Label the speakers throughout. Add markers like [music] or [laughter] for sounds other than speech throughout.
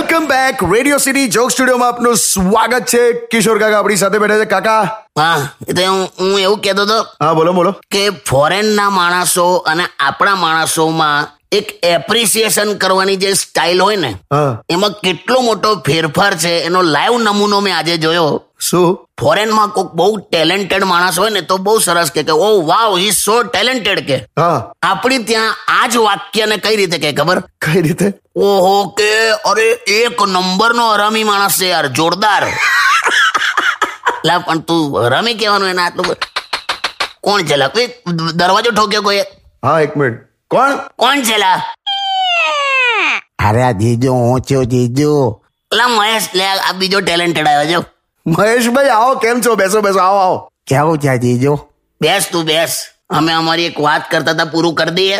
Speaker 1: Back Radio City joke સ્ટુડિયોમાં આપનું સ્વાગત છે કિશોર કાકા આપણી સાથે બેઠા છે કાકા
Speaker 2: હા એ તો હું હું એવું કહેતો હતો
Speaker 1: હા બોલો બોલો
Speaker 2: કે ફોરેનના માણસો અને આપણા માણસોમાં એક એપ્રિસિએશન કરવાની જે સ્ટાઇલ હોય ને
Speaker 1: હા
Speaker 2: એમાં કેટલો મોટો ફેરફાર છે એનો લાઈવ નમૂનો મેં આજે જોયો
Speaker 1: શું
Speaker 2: ફોરેનમાં કોઈક બહુ ટેલેન્ટેડ માણસ હોય ને તો બહુ સરસ કે "Oh, કે ઓ વાવ હી સો ટેલેન્ટેડ કે
Speaker 1: હા
Speaker 2: આપણી ત્યાં આ જ વાક્યને કઈ રીતે કે ખબર
Speaker 1: કઈ રીતે
Speaker 2: ઓહો કે અરે એક નંબરનો હરામી માણસ છે યાર જોરદાર લા પણ તું હરામી કહેવાનું એને આટલું બધું. કોણ છે લા? કોઈ દરવાજો ઠોક્યો કોઈ
Speaker 1: હા એક મિનિટ કોણ
Speaker 2: કોણ છે લા
Speaker 3: અરે આ જીજુ હું છું જીજુ
Speaker 2: લા મહેશ લે આ બીજો ટેલેન્ટેડ આવ્યો છે
Speaker 1: મહેશભાઈ આવો કેમ છો બેસો બેસો આવો આવો
Speaker 3: કેવું છે જીજુ
Speaker 2: બેસ તું બેસ અમે અમારી એક વાત કરતા હતા પૂરું કરી દઈએ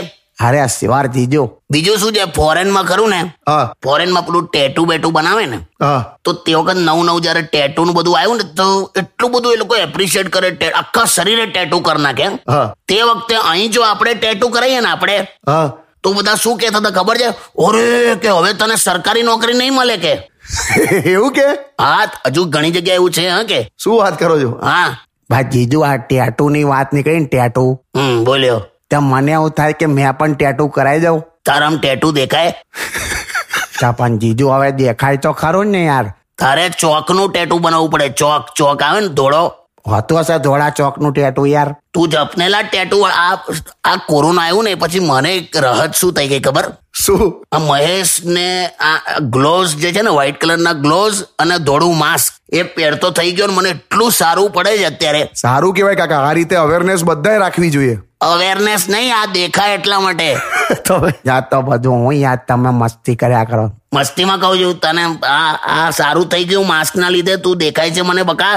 Speaker 3: અરે આ શિવાર જીજુ
Speaker 2: બીજું શું છે ફોરેનમાં ખરું ને
Speaker 1: હા
Speaker 2: ફોરેનમાં પેલું ટેટુ બેટુ બનાવે ને
Speaker 1: હા
Speaker 2: તો તે વખત નવું નવું જયારે ટેટુ નું બધું આવ્યું ને તો એટલું બધું એ લોકો એપ્રિશિએટ કરે tat- આખા શરીરે ટેટુ કરી નાખે
Speaker 1: હા
Speaker 2: તે વખતે અહીં જો આપણે ટેટુ કરાઈએ ને આપણે
Speaker 1: હા
Speaker 2: તો બધા શું કહેતા હતા ખબર છે ઓરે કે હવે તને સરકારી નોકરી નહીં મળે કે
Speaker 1: [laughs] એવું કે
Speaker 2: હા હજુ ઘણી જગ્યાએ એવું છે હા કે
Speaker 1: શું વાત કરો છો
Speaker 2: હા
Speaker 3: ભાઈ જીજુ આ ટેટુ ની વાત નીકળી ને ટેટુ
Speaker 2: હમ બોલ્યો
Speaker 3: તો મને એવું થાય કે મેં પણ ટેટુ કરાવી દઉં
Speaker 2: તારામ ટેટુ દેખાય
Speaker 3: તો પણ જીજુ હવે દેખાય તો ખરું ને યાર
Speaker 2: તારે ચોકનું ટેટુ બનાવવું પડે ચોક ચોક આવે ને ધોળો
Speaker 3: હોતું હશે ધોળા ચોક નું ટેટુ યાર
Speaker 2: તું જપનેલા ટેટુ આ આ કોરોના આવ્યું ને પછી મને એક રાહત શું થઈ ગઈ ખબર
Speaker 1: શું
Speaker 2: આ મહેશ ને આ ગ્લોવ્સ જે છે ને વ્હાઈટ કલરના ગ્લોવ્સ અને ધોળું માસ્ક એ પહેરતો થઈ ગયો ને મને એટલું સારું પડે છે અત્યારે
Speaker 1: સારું કહેવાય કાકા આ રીતે અવેરનેસ બધાએ રાખવી જોઈએ
Speaker 2: અવેરનેસ નહીં આ દેખાય એટલા માટે
Speaker 1: તમે
Speaker 3: યાદ [laughs] તો બધું હું યાદ તમે મસ્તી કર્યા કરો
Speaker 2: મસ્તીમાં કહું છું તને આ આ સારું થઈ ગયું માસ્ક ના લીધે તું દેખાય છે મને બકા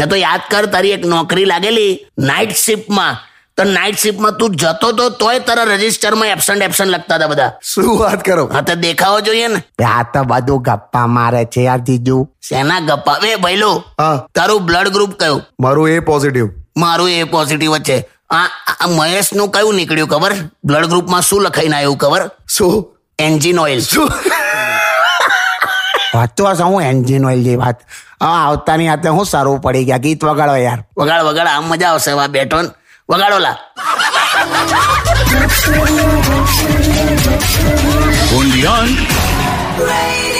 Speaker 2: ને તો યાદ કર તારી એક નોકરી લાગેલી નાઇટ શિફ્ટમાં તો નાઇટ શિફ્ટમાં તું જતો તો તોય તારા રજિસ્ટરમાં એબસન્ટ એબસન્ટ લખતા હતા બધા
Speaker 1: શું વાત કરો
Speaker 2: હા તો દેખાવો જોઈએ ને
Speaker 3: આ તો બધું ગપ્પા મારે છે યાર જીજુ
Speaker 2: સેના ગપ્પા બે ભૈલો
Speaker 1: હા
Speaker 2: તારું બ્લડ ગ્રુપ કયું
Speaker 1: મારું એ પોઝિટિવ
Speaker 2: મારું એ પોઝિટિવ જ છે આ આ મહેશનું કયું નીકળ્યું ખબર બ્લડ ગ્રુપમાં શું લખાઈને આવ્યું ખબર
Speaker 1: શું
Speaker 2: એન્જિન ઓઇલ
Speaker 1: શું
Speaker 3: હોતું હશે હું એન્જિન ઓઇલ જેવી વાત હવે આવતાની હાથે હું સારું પડી ગયા ગીત વગાડો યાર
Speaker 2: વગાડ વગાડ આમ મજા આવશે વા બેઠો ને. વગાડો લા
Speaker 4: only on
Speaker 5: Radio